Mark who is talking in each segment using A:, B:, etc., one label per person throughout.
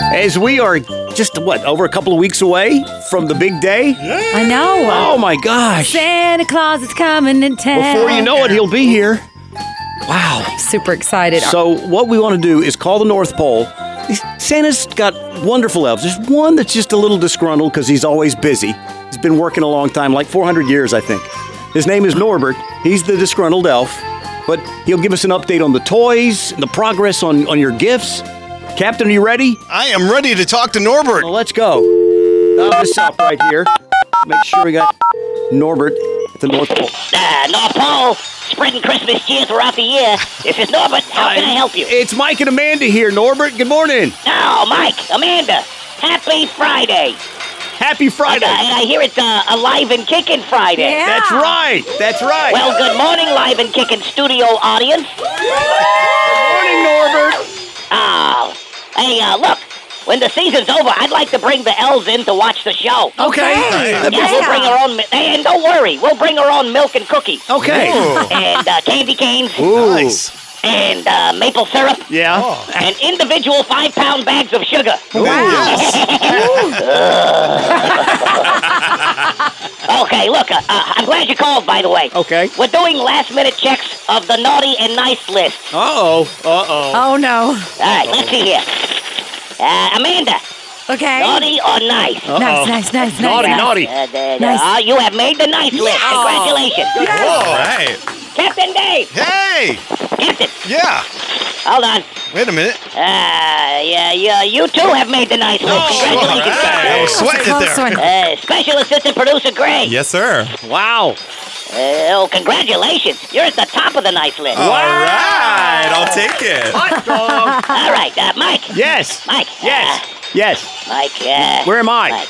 A: As we are just, what, over a couple of weeks away from the big day?
B: I know.
A: Oh my gosh.
B: Santa Claus is coming to town.
A: Before you know it, he'll be here. Wow.
B: Super excited.
A: So what we want to do is call the North Pole. Santa's got wonderful elves. There's one that's just a little disgruntled because he's always busy. He's been working a long time, like 400 years, I think. His name is Norbert. He's the disgruntled elf, but he'll give us an update on the toys, the progress on, on your gifts. Captain, are you ready?
C: I am ready to talk to Norbert.
A: Well, let's go. Dial this up right here. Make sure we got Norbert at the North Pole.
D: Uh, North Pole, spreading Christmas cheer throughout the year. This is Norbert. How can I help you?
A: It's Mike and Amanda here. Norbert, good morning.
D: Oh, Mike, Amanda, happy Friday.
A: Happy
D: And,
A: Friday.
D: uh, and I hear it's uh, Alive and Kicking Friday.
B: Yeah.
A: That's right. That's right.
D: Well, good morning, Live and Kicking studio audience.
A: morning, Norbert.
D: Oh, hey, uh, look, when the season's over, I'd like to bring the elves in to watch the show.
A: Oh, Okay. That'd be
D: Yeah, we'll bring her own, mi- and don't worry, we'll bring her own milk and cookies.
A: Okay.
C: Oh,
D: And uh, candy canes,
A: Ooh.
C: nice.
D: and uh, maple syrup,
A: Yeah.
D: and individual five-pound bags of sugar.
C: Yes.
D: Okay, look, uh, uh, I'm glad you called, by the way.
A: Okay.
D: We're doing last minute checks of the naughty and nice list.
A: Uh oh. Uh oh.
B: oh no.
D: All right, let's see here. Uh, Amanda,
B: Okay.
D: naughty or nice?
B: Nice, nice, nice, nice.
A: Naughty,
B: nice.
A: naughty.
D: Uh, the- the-
B: Nice.
D: uh, you have made the nice list.
B: Yeah.
D: Congratulations.
C: All right.
D: Captain Dave.
C: Hey.
D: Captain,
C: Yeah.
D: hold on.
C: Wait a minute.
D: Uh, yeah, yeah, you too have made the nice list.
E: Oh,
C: All
D: Congratulations.
C: right. I was
B: That's a
C: sweating it
B: close
C: there.
B: one.
D: Uh, special assistant producer Gray.
E: Yes, sir.
A: Wow.
D: Uh, oh, congratulations. You're at the top of the nice list.
C: Oh.
E: All right, I'll take it.
A: Hot dog.
D: All right, uh, Mike.
A: yes.
D: Mike.
A: Yes. Yes.
D: Uh, Mike. Uh,
A: Where am I?
D: Mike.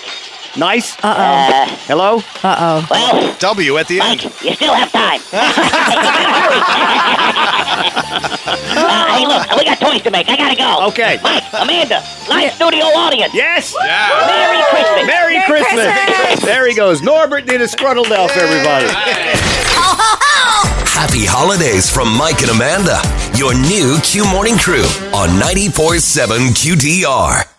A: Nice.
B: Uh
D: Uh,
A: Hello.
B: oh. Uh oh.
D: well,
C: W at the
D: Mike,
C: end.
D: you still have time. uh, hey, look, we got toys to make. I gotta go.
A: Okay.
D: Mike, Amanda, live studio audience.
A: Yes.
E: Yeah.
D: Merry Christmas.
A: Merry, Christmas.
B: Christmas.
A: There he goes. Norbert did a scruddled elf, everybody.
F: Happy holidays from Mike and Amanda, your new Q Morning Crew on 94.7 QDR.